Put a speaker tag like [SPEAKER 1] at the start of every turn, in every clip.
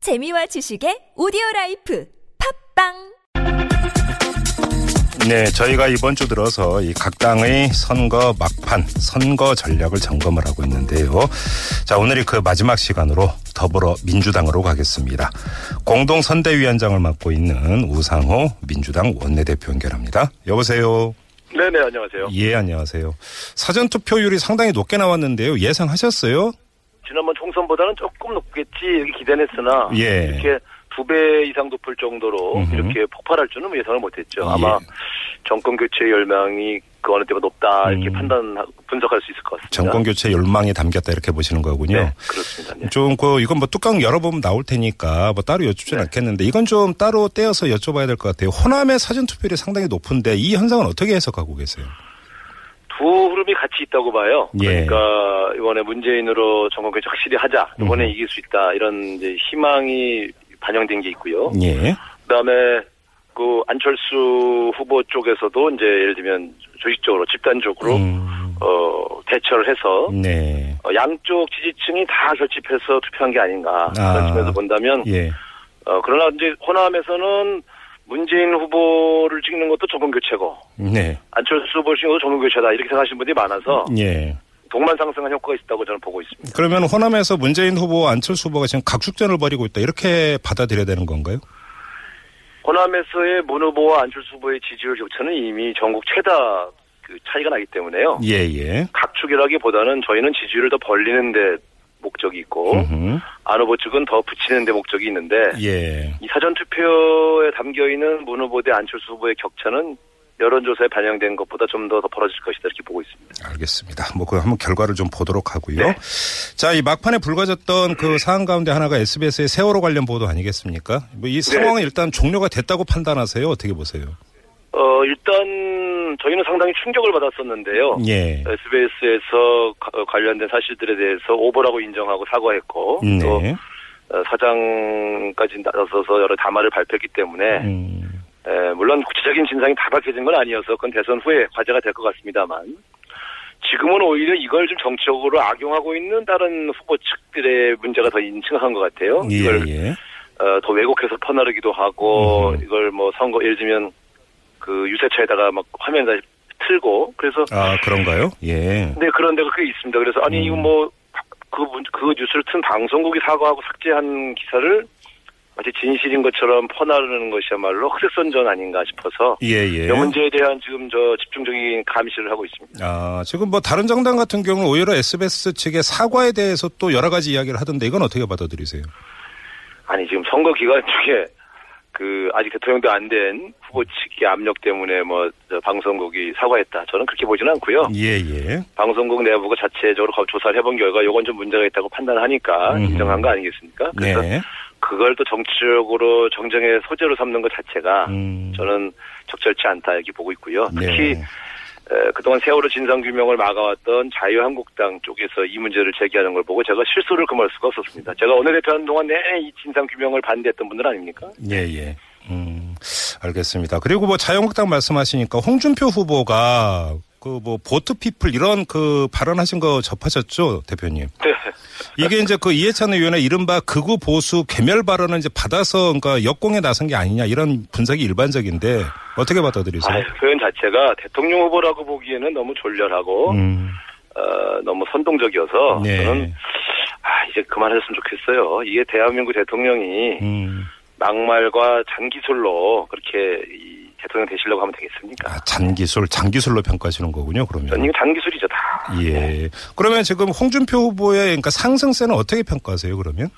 [SPEAKER 1] 재미와 지식의 오디오 라이프 팝빵
[SPEAKER 2] 네, 저희가 이번 주 들어서 이 각 당의 선거 막판, 선거 전략을 점검을 하고 있는데요. 자, 오늘이 그 마지막 시간으로 더불어 민주당으로 가겠습니다. 공동 선대위원장을 맡고 있는 우상호 민주당 원내대표 연결합니다. 여보세요.
[SPEAKER 3] 네네 안녕하세요.
[SPEAKER 2] 예, 안녕하세요. 사전 투표율이 상당히 높게 나왔는데요. 예상하셨어요?
[SPEAKER 3] 지난번 총선보다는 조금 높겠지 이렇게 기대는 했으나
[SPEAKER 2] 예.
[SPEAKER 3] 이렇게 두 배 이상 높을 정도로
[SPEAKER 2] 음흠.
[SPEAKER 3] 이렇게 폭발할 줄은 뭐 예상을 못했죠.
[SPEAKER 2] 예.
[SPEAKER 3] 아마 정권 교체 열망이 그 어느 때보다 높다 이렇게
[SPEAKER 2] 음.
[SPEAKER 3] 판단 분석할 수 있을 것 같습니다.
[SPEAKER 2] 정권 교체 열망이 담겼다 이렇게 보시는 거군요.
[SPEAKER 3] 네 그렇습니다. 네.
[SPEAKER 2] 좀, 그, 이건 뭐 뚜껑 열어보면 나올 테니까 뭐 따로 여쭙진
[SPEAKER 3] 네.
[SPEAKER 2] 않겠는데 이건 좀 따로 떼어서 여쭤봐야 될 것 같아요. 호남의 사전투표율이 상당히 높은데 이 현상은 어떻게 해석하고 계세요?
[SPEAKER 3] 두 흐름이 같이 있다고 봐요.
[SPEAKER 2] 예.
[SPEAKER 3] 그러니까 이번에 문재인으로 정권 교체 확실히 하자 이번에
[SPEAKER 2] 음.
[SPEAKER 3] 이길 수 있다 이런 이제 희망이 반영된 게 있고요.
[SPEAKER 2] 예.
[SPEAKER 3] 그다음에 그 안철수 후보 쪽에서도 이제 예를 들면 조직적으로 집단적으로
[SPEAKER 2] 음,
[SPEAKER 3] 어, 대처를 해서
[SPEAKER 2] 네.
[SPEAKER 3] 어, 양쪽 지지층이 다 결집해서 투표한 게 아닌가
[SPEAKER 2] 아.
[SPEAKER 3] 그런 측면에서 본다면
[SPEAKER 2] 예.
[SPEAKER 3] 어, 그러나 이제 호남에서는 문재인 후보를 찍는 것도 정권 교체고
[SPEAKER 2] 네.
[SPEAKER 3] 안철수 후보를 찍는 것도 정권 교체다 이렇게 생각하시는 분들이 많아서
[SPEAKER 2] 예.
[SPEAKER 3] 동만 상승한 효과가 있다고 저는 보고 있습니다.
[SPEAKER 2] 그러면 호남에서 문재인 후보와 안철수 후보가 지금 각축전을 벌이고 있다 이렇게 받아들여야 되는 건가요?
[SPEAKER 3] 호남에서의 문 후보와 안철수 후보의 지지율 격차는 이미 전국 최다 그 차이가 나기 때문에요.
[SPEAKER 2] 예, 예.
[SPEAKER 3] 각축이라기보다는 저희는 지지율을 더 벌리는데 목적이 있고
[SPEAKER 2] 음흠.
[SPEAKER 3] 안 후보 측은 더 붙이는데 목적이 있는데
[SPEAKER 2] 예.
[SPEAKER 3] 이 사전 투표에 담겨 있는 문 후보 대 안철수 후보의 격차는 여론조사에 반영된 것보다 좀 더 벌어질 것이다 이렇게 보고 있습니다.
[SPEAKER 2] 알겠습니다. 뭐, 그, 한번 결과를 좀 보도록 하고요.
[SPEAKER 3] 네.
[SPEAKER 2] 자, 이 막판에 불거졌던 그 사안 가운데 하나가 SBS의 세월호 관련 보도 아니겠습니까? 뭐,
[SPEAKER 3] 네.
[SPEAKER 2] 이 상황은 일단 종료가 됐다고 판단하세요? 어떻게 보세요?
[SPEAKER 3] 어 일단 저희는 상당히 충격을 받았었는데요.
[SPEAKER 2] 예.
[SPEAKER 3] 어, SBS에서 어, 관련된 사실들에 대해서 오보라고 인정하고 사과했고 또
[SPEAKER 2] 네.
[SPEAKER 3] 어, 사장까지 나서서 여러 담화를 발표했기 때문에
[SPEAKER 2] 음,
[SPEAKER 3] 에, 물론 구체적인 진상이 다 밝혀진 건 아니어서 그건 대선 후에 과제가 될 것 같습니다만 지금은 오히려 이걸 좀 정치적으로 악용하고 있는 다른 후보 측들의 문제가 더 인증한 것 같아요.
[SPEAKER 2] 예,
[SPEAKER 3] 이걸
[SPEAKER 2] 예.
[SPEAKER 3] 어, 더 왜곡해서 퍼나르기도 하고
[SPEAKER 2] 음.
[SPEAKER 3] 이걸 뭐 선거 예를 들면 그 유세차에다가 막 화면 다시 틀고 그래서
[SPEAKER 2] 아, 그런가요? 예.
[SPEAKER 3] 네 그런 데가 꽤 있습니다. 그래서 아니
[SPEAKER 2] 음.
[SPEAKER 3] 이거 뭐그그 그 뉴스를 튼 방송국이 사과하고 삭제한 기사를 마치 진실인 것처럼 퍼나르는 것이야말로 흑색선전 아닌가 싶어서
[SPEAKER 2] 예, 예.
[SPEAKER 3] 이 문제에 대한 지금 저 집중적인 감시를 하고 있습니다.
[SPEAKER 2] 아, 지금 뭐 다른 정당 같은 경우는 오히려 SBS 측의 사과에 대해서 또 여러 가지 이야기를 하던데 이건 어떻게 받아들이세요?
[SPEAKER 3] 아니 지금 선거 기간 중에 그 아직 대통령도 안 된 후보 측의 압력 때문에 뭐저 방송국이 사과했다. 저는 그렇게 보지는 않고요.
[SPEAKER 2] 예, 예.
[SPEAKER 3] 방송국 내부가 자체적으로 거- 조사를 해본 결과 요건 좀 문제가 있다고 판단하니까
[SPEAKER 2] 음.
[SPEAKER 3] 인정한 거 아니겠습니까? 그래서
[SPEAKER 2] 네.
[SPEAKER 3] 그걸 또 정치적으로 정쟁의 소재로 삼는 것 자체가
[SPEAKER 2] 음.
[SPEAKER 3] 저는 적절치 않다 이렇게 보고 있고요. 특히
[SPEAKER 2] 네.
[SPEAKER 3] 에, 그동안 세월호 진상규명을 막아왔던 자유한국당 쪽에서 이 문제를 제기하는 걸 보고 제가 실수를 금할 수가 없었습니다. 제가 원내대표하는 동안 내내 이 진상규명을 반대했던 분들 아닙니까?
[SPEAKER 2] 예, 예. 음, 알겠습니다. 그리고 뭐 자유한국당 말씀하시니까 홍준표 후보가 그 뭐 보트피플 이런 그 발언하신 거 접하셨죠, 대표님?
[SPEAKER 3] 네.
[SPEAKER 2] 이게 이제 그 이해찬 의원의 이른바 극우 보수 개멸 발언을 이제 받아서 그러니까 역공에 나선 게 아니냐 이런 분석이 일반적인데 어떻게 받아들이세요?
[SPEAKER 3] 아유, 표현 자체가 대통령 후보라고 보기에는 너무 졸렬하고
[SPEAKER 2] 음,
[SPEAKER 3] 어, 너무 선동적이어서
[SPEAKER 2] 네.
[SPEAKER 3] 저는 아, 이제 그만했으면 좋겠어요. 이게 대한민국 대통령이
[SPEAKER 2] 음.
[SPEAKER 3] 막말과 장기술로 그렇게 이 대통령 되시려고 하면 되겠습니까?
[SPEAKER 2] 아, 잔기술, 장기술로 평가하시는 거군요,
[SPEAKER 3] 저는
[SPEAKER 2] 그러면.
[SPEAKER 3] 이거 장기술이죠 다.
[SPEAKER 2] 예. 그러면 지금 홍준표 후보의 그러니까 상승세는 어떻게 평가하세요, 그러면?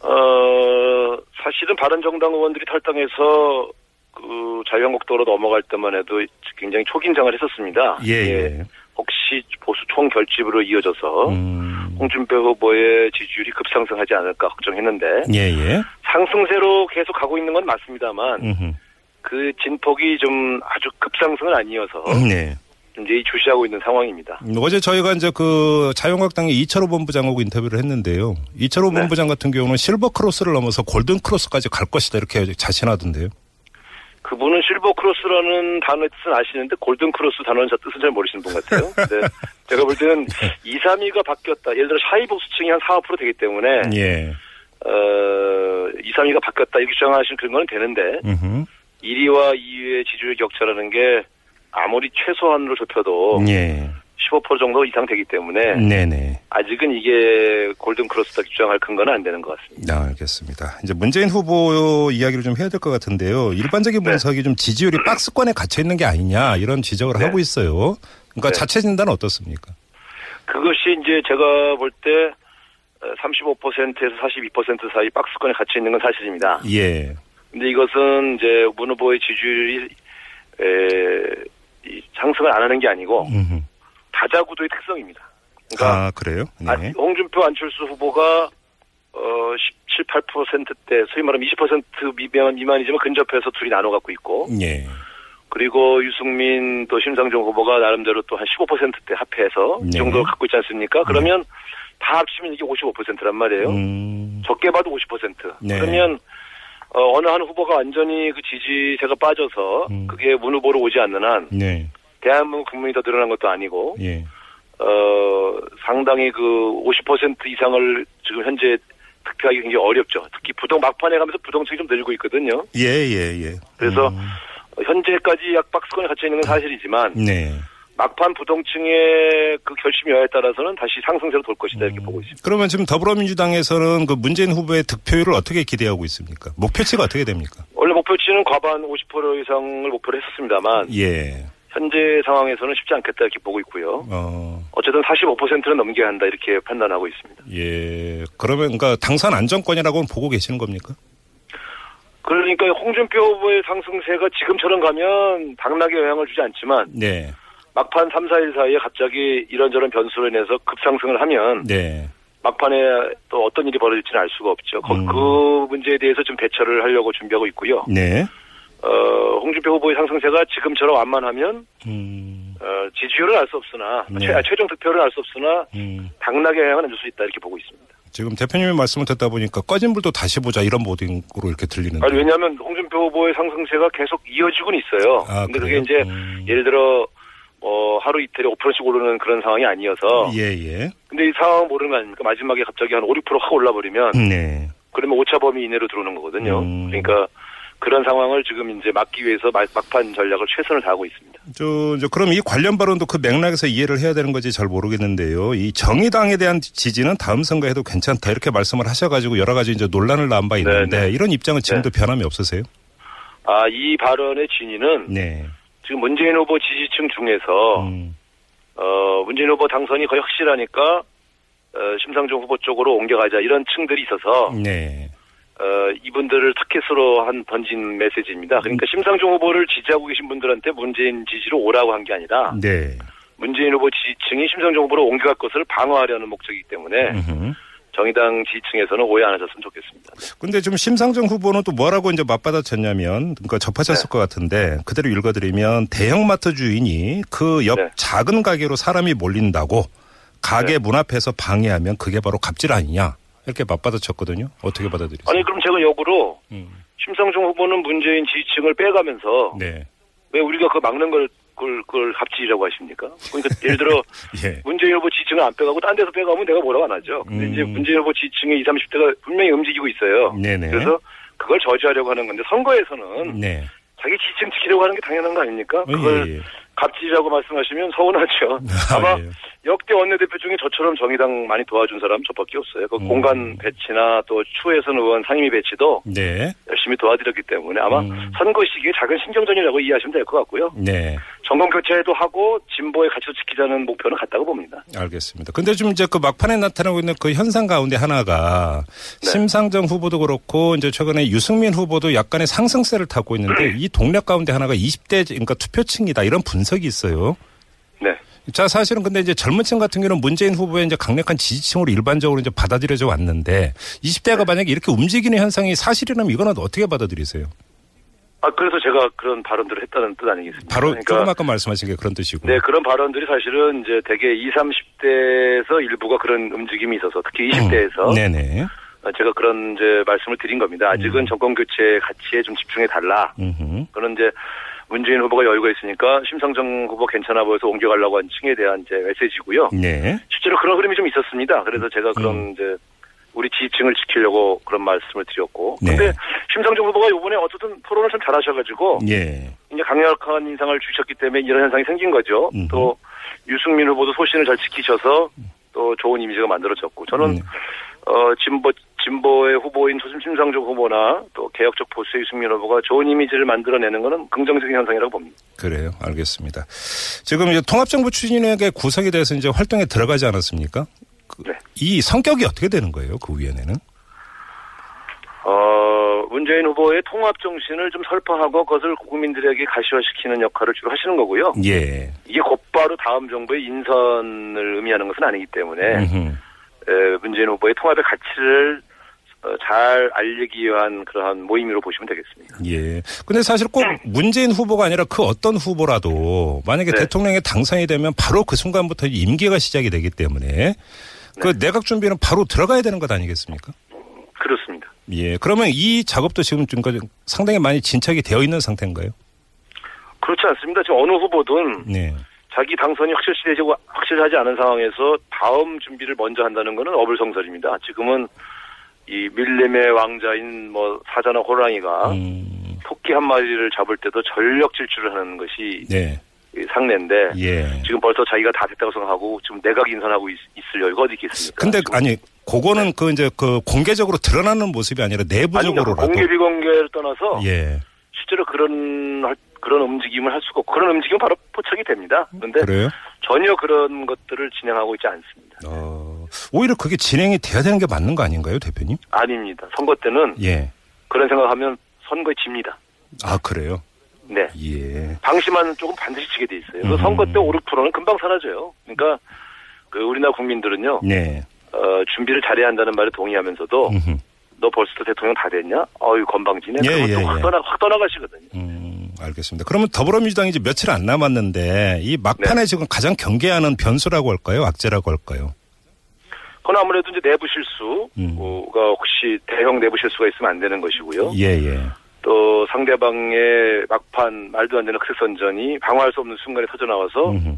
[SPEAKER 3] 어, 사실은 바른정당 의원들이 탈당해서 그 자유한국당으로 넘어갈 때만 해도 굉장히 초긴장을 했었습니다.
[SPEAKER 2] 예, 예.
[SPEAKER 3] 혹시 보수 총결집으로 이어져서
[SPEAKER 2] 음,
[SPEAKER 3] 홍준표 후보의 지지율이 급상승하지 않을까 걱정했는데
[SPEAKER 2] 예, 예.
[SPEAKER 3] 상승세로 계속 가고 있는 건 맞습니다만
[SPEAKER 2] 음흠.
[SPEAKER 3] 그 진폭이 좀 아주 급상승은 아니어서
[SPEAKER 2] 네.
[SPEAKER 3] 이제 주시하고 있는 상황입니다.
[SPEAKER 2] 음, 어제 저희가 이제 그 자유한국당의 이철호 본부장하고 인터뷰를 했는데요. 이철호
[SPEAKER 3] 네.
[SPEAKER 2] 본부장 같은 경우는 실버 크로스를 넘어서 골든 크로스까지 갈 것이다 이렇게 자신하던데요.
[SPEAKER 3] 그분은 실버 크로스라는 단어의 뜻은 아시는데 골든 크로스 단어는 저 뜻은 잘 모르시는 분 같아요. 근데 제가 볼 때는 네. 2, 3위가 바뀌었다. 예를 들어 샤이복수층이 한 4% 되기 때문에
[SPEAKER 2] 예.
[SPEAKER 3] 어, 2, 3위가 바뀌었다 이렇게 주장하시는 그런 건 되는데
[SPEAKER 2] 음흠.
[SPEAKER 3] 1위와 2위의 지지율 격차라는 게 아무리 최소한으로 좁혀도
[SPEAKER 2] 예.
[SPEAKER 3] 15% 정도 이상 되기 때문에
[SPEAKER 2] 네네.
[SPEAKER 3] 아직은 이게 골든 크로스다 주장할 근거는 안 되는 것 같습니다.
[SPEAKER 2] 네, 알겠습니다. 이제 문재인 후보 이야기를 좀 해야 될 것 같은데요.
[SPEAKER 3] 네.
[SPEAKER 2] 일반적인 분석이 좀 지지율이 박스권에 갇혀 있는 게 아니냐 이런 지적을
[SPEAKER 3] 네.
[SPEAKER 2] 하고 있어요. 그러니까
[SPEAKER 3] 네.
[SPEAKER 2] 자체 진단은 어떻습니까?
[SPEAKER 3] 그것이 이제 제가 볼 때 35%에서 42% 사이 박스권에 갇혀 있는 건 사실입니다.
[SPEAKER 2] 예.
[SPEAKER 3] 근데 이것은 이제 문 후보의 지지율이 에, 이 상승을 안 하는 게 아니고
[SPEAKER 2] 음흠.
[SPEAKER 3] 다자구도의 특성입니다. 그러니까
[SPEAKER 2] 아 그래요?
[SPEAKER 3] 아,
[SPEAKER 2] 네.
[SPEAKER 3] 홍준표 안철수 후보가 어 17, 8%대 소위 말하면 20% 미만 미만이지만 근접해서 둘이 나눠 갖고 있고
[SPEAKER 2] 예.
[SPEAKER 3] 그리고 유승민 또 심상정 후보가 나름대로 또 한 15%대 합해서 이
[SPEAKER 2] 네.
[SPEAKER 3] 정도 갖고 있지 않습니까? 그러면 다 합치면 이게 55%란 말이에요.
[SPEAKER 2] 음.
[SPEAKER 3] 적게 봐도 50%.
[SPEAKER 2] 네.
[SPEAKER 3] 그러면 어, 어느 한 후보가 완전히 그 지지세가 빠져서
[SPEAKER 2] 음.
[SPEAKER 3] 그게 문 후보로 오지 않는 한
[SPEAKER 2] 네.
[SPEAKER 3] 대한민국 국민이 더 늘어난 것도 아니고
[SPEAKER 2] 예.
[SPEAKER 3] 어, 상당히 그 50% 이상을 지금 현재 득표하기 굉장히 어렵죠. 특히 부동 막판에 가면서 부동층이 좀 늘고 있거든요.
[SPEAKER 2] 예, 예, 예.
[SPEAKER 3] 그래서
[SPEAKER 2] 음.
[SPEAKER 3] 어, 현재까지 약 박스권에 갇혀 있는 건 사실이지만
[SPEAKER 2] 네.
[SPEAKER 3] 막판 부동층의 그 결심 여하에 따라서는 다시 상승세로 돌 것이다
[SPEAKER 2] 음.
[SPEAKER 3] 이렇게 보고 있습니다.
[SPEAKER 2] 그러면 지금 더불어민주당에서는 그 문재인 후보의 득표율을 어떻게 기대하고 있습니까? 목표치가 어떻게 됩니까?
[SPEAKER 3] 원래 목표치는 과반 50% 이상을 목표로 했었습니다만
[SPEAKER 2] 예.
[SPEAKER 3] 현재 상황에서는 쉽지 않겠다 이렇게 보고 있고요.
[SPEAKER 2] 어.
[SPEAKER 3] 어쨌든 45%는 넘겨야 한다 이렇게 판단하고 있습니다.
[SPEAKER 2] 예. 그러면 그러니까 당선 안정권이라고는 보고 계시는 겁니까?
[SPEAKER 3] 그러니까 홍준표 후보의 상승세가 지금처럼 가면 당락에 영향을 주지 않지만
[SPEAKER 2] 네.
[SPEAKER 3] 막판 3, 4일 사이에 갑자기 이런저런 변수로 인해서 급상승을 하면
[SPEAKER 2] 네.
[SPEAKER 3] 막판에 또 어떤 일이 벌어질지는 알 수가 없죠. 거-
[SPEAKER 2] 음.
[SPEAKER 3] 그 문제에 대해서 좀 대처를 하려고 준비하고 있고요.
[SPEAKER 2] 네.
[SPEAKER 3] 어, 홍준표 후보의 상승세가 지금처럼 완만하면
[SPEAKER 2] 음.
[SPEAKER 3] 어, 지지율은 알 수 없으나
[SPEAKER 2] 네.
[SPEAKER 3] 최, 아, 최종 득표는 알 수 없으나
[SPEAKER 2] 음.
[SPEAKER 3] 당락에 영향을 줄 수 있다 이렇게 보고 있습니다.
[SPEAKER 2] 지금 대표님의 말씀을 듣다 보니까 꺼진 불도 다시 보자 이런 모딩으로 이렇게 들리는데.
[SPEAKER 3] 아니 왜냐하면 홍준표 후보의 상승세가 계속 이어지고는 있어요.
[SPEAKER 2] 아,
[SPEAKER 3] 근데
[SPEAKER 2] 그래요?
[SPEAKER 3] 그게 이제
[SPEAKER 2] 음.
[SPEAKER 3] 예를 들어 어, 하루 이틀에 5%씩 오르는 그런 상황이 아니어서
[SPEAKER 2] 예, 예.
[SPEAKER 3] 근데 이 상황 모르는 거 아닙니까? 마지막에 갑자기 한 5, 6% 확 올라버리면
[SPEAKER 2] 네.
[SPEAKER 3] 그러면 오차 범위 이내로 들어오는 거거든요.
[SPEAKER 2] 음.
[SPEAKER 3] 그러니까 그런 상황을 지금 이제 막기 위해서 막, 판 전략을 최선을 다하고 있습니다.
[SPEAKER 2] 저, 저 그럼 이 관련 발언도 그 맥락에서 이해를 해야 되는 건지 잘 모르겠는데요. 이 정의당에 대한 지지는 다음 선거에도 괜찮다 이렇게 말씀을 하셔가지고 여러 가지 이제 논란을 낳은 바 있는데
[SPEAKER 3] 네, 네.
[SPEAKER 2] 이런 입장은 지금도 변함이 없으세요?
[SPEAKER 3] 아, 이 발언의 진위는
[SPEAKER 2] 네.
[SPEAKER 3] 지금 문재인 후보 지지층 중에서
[SPEAKER 2] 음.
[SPEAKER 3] 어, 문재인 후보 당선이 거의 확실하니까 어, 심상정 후보 쪽으로 옮겨가자 이런 층들이 있어서
[SPEAKER 2] 네.
[SPEAKER 3] 어, 이분들을 타켓으로 한 던진 메시지입니다. 그러니까 심상정 후보를 지지하고 계신 분들한테 문재인 지지로 오라고 한 게 아니라
[SPEAKER 2] 네.
[SPEAKER 3] 문재인 후보 지지층이 심상정 후보로 옮겨갈 것을 방어하려는 목적이기 때문에
[SPEAKER 2] 음흠.
[SPEAKER 3] 정의당 지지층에서는 오해 안 하셨으면 좋겠습니다.
[SPEAKER 2] 근데 지금 심상정 후보는 또 뭐라고 이제 맞받아쳤냐면 그러니까 접하셨을
[SPEAKER 3] 네.
[SPEAKER 2] 것 같은데 그대로 읽어드리면 대형마트 주인이 그 옆
[SPEAKER 3] 네.
[SPEAKER 2] 작은 가게로 사람이 몰린다고 가게
[SPEAKER 3] 네.
[SPEAKER 2] 문 앞에서 방해하면 그게 바로 갑질 아니냐 이렇게 맞받아쳤거든요. 어떻게 받아들이세요?
[SPEAKER 3] 아니 그럼 제가 역으로
[SPEAKER 2] 음.
[SPEAKER 3] 심상정 후보는 문재인 지지층을 빼가면서
[SPEAKER 2] 네.
[SPEAKER 3] 왜 우리가 그 막는 걸 그걸, 그걸 갑질이라고 하십니까? 그러니까 예를 들어
[SPEAKER 2] 예.
[SPEAKER 3] 문재인 후보 지지층을 안 빼가고 딴 데서 빼가면 내가 뭐라고 안 하죠. 근데
[SPEAKER 2] 음.
[SPEAKER 3] 이제 문재인 후보 지지층의 20, 30대가 분명히 움직이고 있어요.
[SPEAKER 2] 네네.
[SPEAKER 3] 그래서 그걸 저지하려고 하는 건데 선거에서는
[SPEAKER 2] 네.
[SPEAKER 3] 자기 지지층 지키려고 하는 게 당연한 거 아닙니까?
[SPEAKER 2] 어,
[SPEAKER 3] 음. 그걸
[SPEAKER 2] 예, 예.
[SPEAKER 3] 갑질이라고 말씀하시면 서운하죠.
[SPEAKER 2] 아,
[SPEAKER 3] 아마
[SPEAKER 2] 예.
[SPEAKER 3] 역대 원내대표 중에 저처럼 정의당 많이 도와준 사람 저밖에 없어요. 그
[SPEAKER 2] 음.
[SPEAKER 3] 공간 배치나 또 추혜선 의원 상임위 배치도
[SPEAKER 2] 네.
[SPEAKER 3] 열심히 도와드렸기 때문에 아마
[SPEAKER 2] 음.
[SPEAKER 3] 선거 시기에 작은 신경전이라고 이해하시면 될 것 같고요.
[SPEAKER 2] 네.
[SPEAKER 3] 정권 교체도 하고 진보의 가치도 지키자는 목표는 같다고 봅니다.
[SPEAKER 2] 알겠습니다. 근데 지금 이제 그 막판에 나타나고 있는 그 현상 가운데 하나가
[SPEAKER 3] 네.
[SPEAKER 2] 심상정 후보도 그렇고 이제 최근에 유승민 후보도 약간의 상승세를 타고
[SPEAKER 3] 음.
[SPEAKER 2] 있는데 이 동력 가운데 하나가 20대 그러니까 투표층이다 이런 분석이 있어요.
[SPEAKER 3] 네.
[SPEAKER 2] 자 사실은 근데 이제 젊은 층 같은 경우는 문재인 후보의 이제 강력한 지지층으로 일반적으로 이제 받아들여져 왔는데 20대가 만약에 이렇게 움직이는 현상이 사실이라면 이거는 어떻게 받아들이세요?
[SPEAKER 3] 아 그래서 제가 그런 발언들을 했다는 뜻 아니겠습니까?
[SPEAKER 2] 바로
[SPEAKER 3] 그러니까
[SPEAKER 2] 조금 아까 말씀하신 게 그런 뜻이고.
[SPEAKER 3] 네, 그런 발언들이 사실은 이제 대개 20, 30대에서 일부가 그런 움직임이 있어서 특히 20대에서
[SPEAKER 2] 음.
[SPEAKER 3] 어,
[SPEAKER 2] 네네.
[SPEAKER 3] 제가 그런 이제 말씀을 드린 겁니다. 아직은 정권 교체 가치에 좀 집중해 달라.
[SPEAKER 2] 음. 음흠.
[SPEAKER 3] 그런 이제 문재인 후보가 여유가 있으니까 심상정 후보 괜찮아 보여서 옮겨가려고 한 층에 대한 이제 메시지고요.
[SPEAKER 2] 네. 음.
[SPEAKER 3] 실제로 그런 흐름이 좀 있었습니다. 그래서 제가 그런 이제 우리 지지층을 지키려고 그런 말씀을 드렸고.
[SPEAKER 2] 네.
[SPEAKER 3] 근데 심상정 후보가 이번에 어쨌든 토론을 참 잘하셔가지고
[SPEAKER 2] 예.
[SPEAKER 3] 이제 강력한 인상을 주셨기 때문에 이런 현상이 생긴 거죠.
[SPEAKER 2] 음.
[SPEAKER 3] 또 유승민 후보도 소신을 잘 지키셔서 또 좋은 이미지가 만들어졌고 저는
[SPEAKER 2] 네.
[SPEAKER 3] 어 진보 진보의 후보인 소심 심상정 후보나 또 개혁적 보수의 유승민 후보가 좋은 이미지를 만들어내는 거는 긍정적인 현상이라고 봅니다.
[SPEAKER 2] 그래요. 알겠습니다. 지금 이제 통합정부 추진위원회 구성에 대해서 이제 활동에 들어가지 않았습니까? 그,
[SPEAKER 3] 네.
[SPEAKER 2] 이 성격이 어떻게 되는 거예요? 그 위원회는?
[SPEAKER 3] 어 문재인 후보의 통합 정신을 좀 설파하고 그것을 국민들에게 가시화시키는 역할을 주로 하시는 거고요.
[SPEAKER 2] 예.
[SPEAKER 3] 이게 곧바로 다음 정부의 인선을 의미하는 것은 아니기 때문에
[SPEAKER 2] 음흠.
[SPEAKER 3] 에, 문재인 후보의 통합의 가치를 어, 잘 알리기 위한 그러한 모임으로 보시면 되겠습니다.
[SPEAKER 2] 예. 근데 사실 꼭 문재인 후보가 아니라 그 어떤 후보라도 만약에
[SPEAKER 3] 네.
[SPEAKER 2] 대통령에 당선이 되면 바로 그 순간부터 임기가 시작이 되기 때문에 그
[SPEAKER 3] 네.
[SPEAKER 2] 내각 준비는 바로 들어가야 되는 것 아니겠습니까?
[SPEAKER 3] 그렇습니다.
[SPEAKER 2] 예. 그러면 이 작업도 지금 지금까지 상당히 많이 진척이 되어 있는 상태인가요?
[SPEAKER 3] 그렇지 않습니다. 지금 어느 후보든
[SPEAKER 2] 네.
[SPEAKER 3] 자기 당선이 확실시되지 확실하지 않은 상황에서 다음 준비를 먼저 한다는 것은 어불성설입니다. 지금은 이 밀림의 왕자인 뭐 사자나 호랑이가
[SPEAKER 2] 음,
[SPEAKER 3] 토끼 한 마리를 잡을 때도 전력 질주를 하는 것이
[SPEAKER 2] 네.
[SPEAKER 3] 이 상례인데
[SPEAKER 2] 예.
[SPEAKER 3] 지금 벌써 자기가 다 됐다고 생각하고 지금 내각 인선하고 있, 있을 여유가 어디 있겠습니까?
[SPEAKER 2] 근데
[SPEAKER 3] 지금
[SPEAKER 2] 아니 그거는 그 이제 그 공개적으로 드러나는 모습이 아니라
[SPEAKER 3] 아니죠. 그러니까
[SPEAKER 2] 내부적으로라도
[SPEAKER 3] 공개 비공개를 떠나서
[SPEAKER 2] 예
[SPEAKER 3] 실제로 그런 할- 그런 움직임을 할 수가 없고 그런 움직임은 바로 포착이 됩니다. 그런데
[SPEAKER 2] 그래요.
[SPEAKER 3] 전혀 그런 것들을 진행하고 있지 않습니다.
[SPEAKER 2] 어, 오히려 그게 진행이 돼야 되는 게 맞는 거 아닌가요, 대표님?
[SPEAKER 3] 아닙니다. 선거 때는
[SPEAKER 2] 예.
[SPEAKER 3] 그런 생각하면 선거에 집니다.
[SPEAKER 2] 아 그래요.
[SPEAKER 3] 네.
[SPEAKER 2] 예.
[SPEAKER 3] 방심하는 쪽은 반드시 지게 돼 있어요.
[SPEAKER 2] 음.
[SPEAKER 3] 그래서 선거 때 5, 6%는 금방 사라져요. 그러니까 그 우리나라 국민들은요.
[SPEAKER 2] 네.
[SPEAKER 3] 어, 준비를 잘해야 한다는 말에 동의하면서도
[SPEAKER 2] 음흠.
[SPEAKER 3] 너 벌써 대통령 다 됐냐? 어유 건방지네.
[SPEAKER 2] 예,
[SPEAKER 3] 그것도
[SPEAKER 2] 예,
[SPEAKER 3] 확,
[SPEAKER 2] 예.
[SPEAKER 3] 떠나, 확 떠나가시거든요.
[SPEAKER 2] 음, 알겠습니다. 그러면 더불어민주당이 이제 며칠 안 남았는데 이
[SPEAKER 3] 네.
[SPEAKER 2] 막판에 지금 가장 경계하는 변수라고 할까요, 악재라고 할까요?
[SPEAKER 3] 그건 아무래도 이제 내부 실수가
[SPEAKER 2] 음.
[SPEAKER 3] 혹시 대형 내부 실수가 있으면 안 되는 것이고요.
[SPEAKER 2] 예, 예.
[SPEAKER 3] 또 상대방의 막판 말도 안 되는 크랙 선전이 방어할 수 없는 순간에 터져 나와서 어,
[SPEAKER 2] 음흠.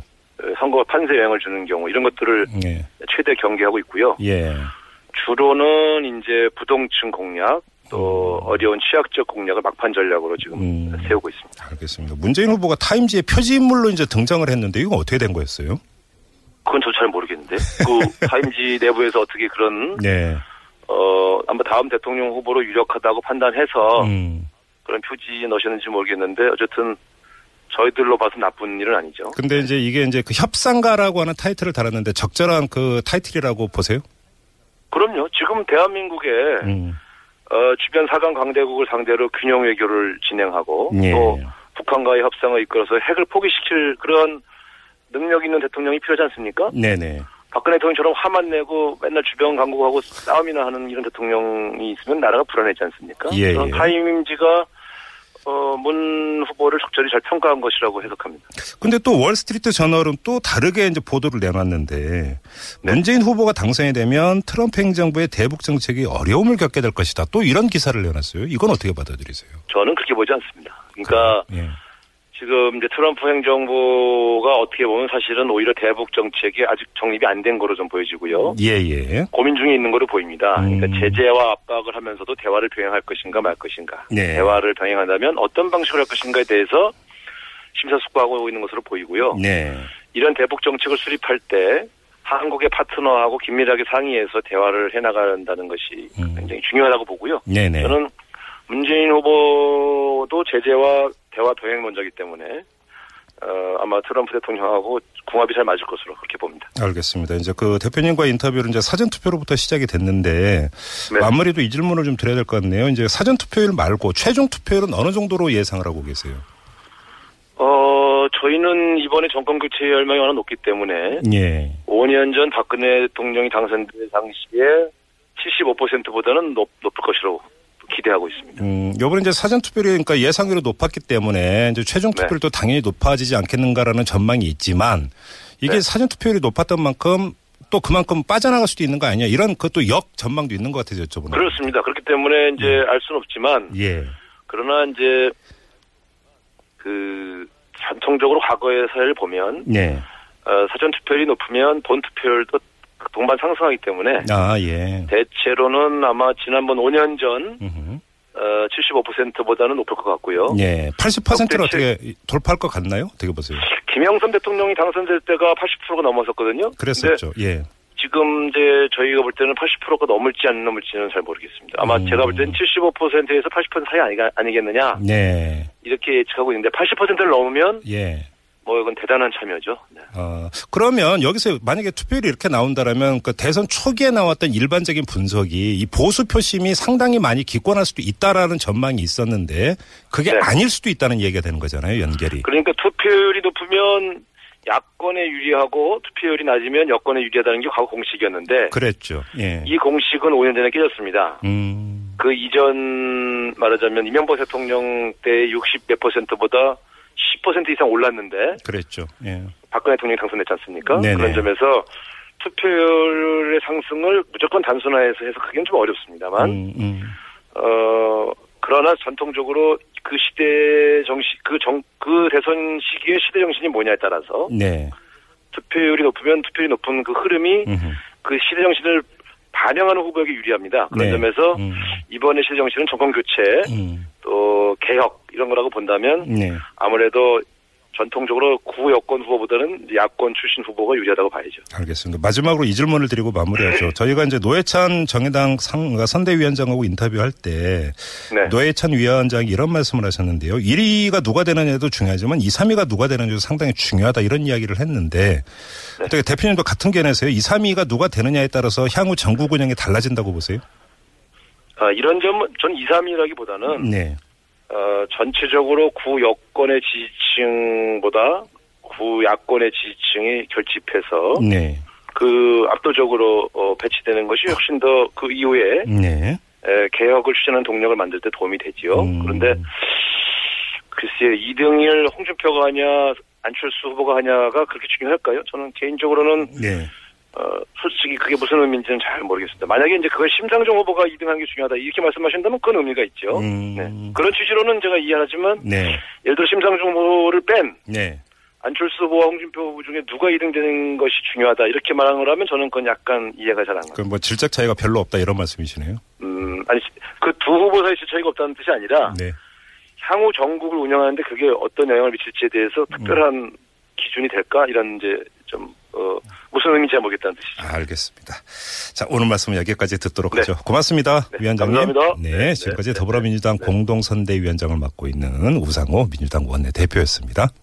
[SPEAKER 3] 선거 판세 영향을 주는 경우 이런 것들을
[SPEAKER 2] 예.
[SPEAKER 3] 최대 경계하고 있고요.
[SPEAKER 2] 예.
[SPEAKER 3] 주로는 이제 부동층 공략 또 어려운 취약적 공략을 막판 전략으로 지금
[SPEAKER 2] 음.
[SPEAKER 3] 세우고 있습니다.
[SPEAKER 2] 알겠습니다. 문재인 후보가 타임지의 표지 인물로 이제 등장을 했는데 이건 어떻게 된 거였어요?
[SPEAKER 3] 그건 저 잘 모르겠는데 그 타임지 내부에서 어떻게 그런
[SPEAKER 2] 네.
[SPEAKER 3] 어 아마 다음 대통령 후보로 유력하다고 판단해서
[SPEAKER 2] 음.
[SPEAKER 3] 그런 표지 넣으셨는지 모르겠는데 어쨌든 저희들로 봐서 나쁜 일은 아니죠.
[SPEAKER 2] 근데 이제 이게 이제 그 협상가라고 하는 타이틀을 달았는데 적절한 그 타이틀이라고 보세요?
[SPEAKER 3] 그럼요. 지금 대한민국에
[SPEAKER 2] 음.
[SPEAKER 3] 어, 주변 사강 강대국을 상대로 균형 외교를 진행하고
[SPEAKER 2] 예.
[SPEAKER 3] 또 북한과의 협상을 이끌어서 핵을 포기시킬 그런 능력 있는 대통령이 필요하지 않습니까?
[SPEAKER 2] 네네.
[SPEAKER 3] 박근혜 대통령처럼 화만 내고 맨날 주변 강국하고 싸움이나 하는 이런 대통령이 있으면 나라가 불안해지 않습니까?
[SPEAKER 2] 예,
[SPEAKER 3] 그런
[SPEAKER 2] 예.
[SPEAKER 3] 타임지가 어, 문 후보를 적절히 잘 평가한 것이라고 해석합니다.
[SPEAKER 2] 근데 또 월스트리트 저널은 또 다르게 이제 보도를
[SPEAKER 3] 네.
[SPEAKER 2] 내놨는데 문재인 후보가 당선이 되면 트럼프 행정부의 대북 정책이 어려움을 겪게 될 것이다. 또 이런 기사를 내놨어요. 이건 어떻게 받아들이세요?
[SPEAKER 3] 저는 그렇게 보지 않습니다. 그러니까
[SPEAKER 2] 예.
[SPEAKER 3] 지금 이제 트럼프 행정부가 어떻게 보면 사실은 오히려 대북 정책이 아직 정립이 안 된 거로 좀 보여지고요.
[SPEAKER 2] 예, 예.
[SPEAKER 3] 고민 중에 있는 거로 보입니다.
[SPEAKER 2] 음.
[SPEAKER 3] 그러니까 제재와 압박을 하면서도 대화를 병행할 것인가 말 것인가.
[SPEAKER 2] 네.
[SPEAKER 3] 대화를 병행한다면 어떤 방식으로 할 것인가에 대해서 심사숙고하고 있는 것으로 보이고요.
[SPEAKER 2] 네.
[SPEAKER 3] 이런 대북 정책을 수립할 때 한국의 파트너하고 긴밀하게 상의해서 대화를 해나간다는 것이
[SPEAKER 2] 음.
[SPEAKER 3] 굉장히 중요하다고 보고요.
[SPEAKER 2] 네네.
[SPEAKER 3] 저는 문재인 후보도 제재와 대화 병행 논자이기 때문에 어, 아마 트럼프 대통령하고 궁합이 잘 맞을 것으로 그렇게 봅니다.
[SPEAKER 2] 알겠습니다. 이제 그 대표님과 인터뷰를 이제 사전 투표로부터 시작이 됐는데
[SPEAKER 3] 네.
[SPEAKER 2] 마무리도 이 질문을 좀 드려야 될 것 같네요. 이제 사전 투표율 말고 최종 투표율은 어느 정도로 예상을 하고 계세요?
[SPEAKER 3] 어, 저희는 이번에 정권 교체 열망이 워낙 높기 때문에
[SPEAKER 2] 예.
[SPEAKER 3] 5년 전 박근혜 대통령이 당선된 당시에 75%보다는 높, 높을 것으로 기대하고 있습니다.
[SPEAKER 2] 음, 요번에 이제 사전 투표율이 그러니까 예상외로 높았기 때문에 이제 최종
[SPEAKER 3] 네.
[SPEAKER 2] 투표율도 당연히 높아지지 않겠는가라는 전망이 있지만 이게
[SPEAKER 3] 네.
[SPEAKER 2] 사전 투표율이 높았던 만큼 또 그만큼 빠져나갈 수도 있는 거 아니냐 이런 그것도 역 전망도 있는 것 같아서 여쭤보는 거예요.
[SPEAKER 3] 그렇습니다. 그렇기 때문에 이제
[SPEAKER 2] 음.
[SPEAKER 3] 알 수는 없지만
[SPEAKER 2] 예.
[SPEAKER 3] 그러나 이제 그 전통적으로 과거의 사례를 보면
[SPEAKER 2] 네.
[SPEAKER 3] 어, 사전 투표율이 높으면 본 투표율도 동반 상승하기 때문에
[SPEAKER 2] 아, 예.
[SPEAKER 3] 대체로는 아마 지난번 5년 전
[SPEAKER 2] 음흠.
[SPEAKER 3] 어, 75%보다는 높을 것 같고요.
[SPEAKER 2] 예. 80%를
[SPEAKER 3] 역대
[SPEAKER 2] 어떻게 돌파할 것 같나요? 어떻게 보세요?
[SPEAKER 3] 김영삼 대통령이 당선될 때가 80%가 넘었었거든요. 근데
[SPEAKER 2] 그랬었죠.
[SPEAKER 3] 네.
[SPEAKER 2] 예.
[SPEAKER 3] 지금 이제 저희가 볼 때는 80%가 넘을지 안 넘을지는 잘 모르겠습니다. 아마
[SPEAKER 2] 음.
[SPEAKER 3] 제가 볼 때는 75%에서 80% 사이 아니, 아니겠느냐
[SPEAKER 2] 네.
[SPEAKER 3] 이렇게 예측하고 있는데 80%를 넘으면
[SPEAKER 2] 예.
[SPEAKER 3] 뭐 이건 대단한 참여죠. 네.
[SPEAKER 2] 어, 그러면 여기서 만약에 투표율이 이렇게 나온다라면 그 대선 초기에 나왔던 일반적인 분석이 이 보수 표심이 상당히 많이 기권할 수도 있다라는 전망이 있었는데 그게
[SPEAKER 3] 네.
[SPEAKER 2] 아닐 수도 있다는 얘기가 되는 거잖아요, 연결이.
[SPEAKER 3] 그러니까 투표율이 높으면 야권에 유리하고 투표율이 낮으면 여권에 유리하다는 게 과거 공식이었는데
[SPEAKER 2] 그랬죠. 예.
[SPEAKER 3] 이 공식은 5년 전에 깨졌습니다.
[SPEAKER 2] 음.
[SPEAKER 3] 그 이전 말하자면 이명박 대통령 때 60몇 퍼센트보다 10% 이상 올랐는데
[SPEAKER 2] 그랬죠. 예.
[SPEAKER 3] 박근혜 대통령이 당선됐지 않습니까?
[SPEAKER 2] 네네.
[SPEAKER 3] 그런 점에서 투표율의 상승을 무조건 단순화해서 해석하기는 좀 어렵습니다만
[SPEAKER 2] 음, 음.
[SPEAKER 3] 어, 그러나 전통적으로 그 시대 정신, 그 정, 그 대선 시기의 시대 정신이 뭐냐에 따라서
[SPEAKER 2] 네.
[SPEAKER 3] 투표율이 높으면 투표율이 높은 그 흐름이
[SPEAKER 2] 음흠.
[SPEAKER 3] 그 시대 정신을 반영하는 후보에게 유리합니다. 그런
[SPEAKER 2] 네.
[SPEAKER 3] 점에서
[SPEAKER 2] 음.
[SPEAKER 3] 이번에 시대 정신은 정권 교체,
[SPEAKER 2] 음.
[SPEAKER 3] 또 개혁 이런 거라고 본다면
[SPEAKER 2] 네.
[SPEAKER 3] 아무래도 전통적으로 구 여권 후보보다는 이제 야권 출신 후보가 유리하다고 봐야죠.
[SPEAKER 2] 알겠습니다. 마지막으로 이 질문을 드리고 마무리하죠. 저희가 이제 노회찬 정의당 상- 그러니까 선대위원장하고 인터뷰할 때
[SPEAKER 3] 네.
[SPEAKER 2] 노회찬 위원장이 이런 말씀을 하셨는데요. 1위가 누가 되느냐도 중요하지만 2, 3위가 누가 되느냐도 상당히 중요하다 이런 이야기를 했는데
[SPEAKER 3] 네.
[SPEAKER 2] 어떻게 대표님도 같은 견해세요? 2, 3위가 누가 되느냐에 따라서 향후 정국 운영이 달라진다고 보세요?
[SPEAKER 3] 아, 이런 점은 전 2, 3위라기보다는
[SPEAKER 2] 네.
[SPEAKER 3] 어, 전체적으로 구 여권의 지지층보다 구 야권의 지지층이 결집해서
[SPEAKER 2] 네.
[SPEAKER 3] 그 압도적으로 어, 배치되는 것이 훨씬 더 그 이후에
[SPEAKER 2] 네.
[SPEAKER 3] 에, 개혁을 추진하는 동력을 만들 때 도움이 되지요.
[SPEAKER 2] 음.
[SPEAKER 3] 그런데 글쎄 이등일 홍준표가 하냐 안철수 후보가 하냐가 그렇게 중요할까요? 저는 개인적으로는
[SPEAKER 2] 네.
[SPEAKER 3] 어, 솔직히 그게 무슨 의미인지는 잘 모르겠습니다. 만약에 이제 그걸 심상정 후보가 2등한 게 중요하다 이렇게 말씀하신다면 그건 의미가 있죠.
[SPEAKER 2] 음.
[SPEAKER 3] 네. 그런 취지로는 제가 이해하지만
[SPEAKER 2] 네.
[SPEAKER 3] 예를 들어 심상정 후보를 뺀
[SPEAKER 2] 네.
[SPEAKER 3] 안철수 후보와 홍준표 후보 중에 누가 2등 되는 것이 중요하다 이렇게 말하는 거라면 저는 그건 약간 이해가 잘 안 가요.
[SPEAKER 2] 그럼 뭐 질적 차이가 별로 없다 이런 말씀이시네요.
[SPEAKER 3] 음, 아니 그 두 후보 사이에 차이가 없다는 뜻이 아니라
[SPEAKER 2] 네.
[SPEAKER 3] 향후 정국을 운영하는데 그게 어떤 영향을 미칠지에 대해서 특별한 기준이 될까 이런 이제 좀 어, 무슨 의미인지 잘 모르겠다는 뜻이죠.
[SPEAKER 2] 아, 알겠습니다. 자, 오늘 말씀은 여기까지 듣도록
[SPEAKER 3] 네.
[SPEAKER 2] 하죠. 고맙습니다.
[SPEAKER 3] 네,
[SPEAKER 2] 위원장님.
[SPEAKER 3] 감사합니다.
[SPEAKER 2] 네,
[SPEAKER 3] 네,
[SPEAKER 2] 지금까지
[SPEAKER 3] 네, 네,
[SPEAKER 2] 더불어민주당 공동선대위원장을 맡고 있는 우상호 민주당 원내대표였습니다.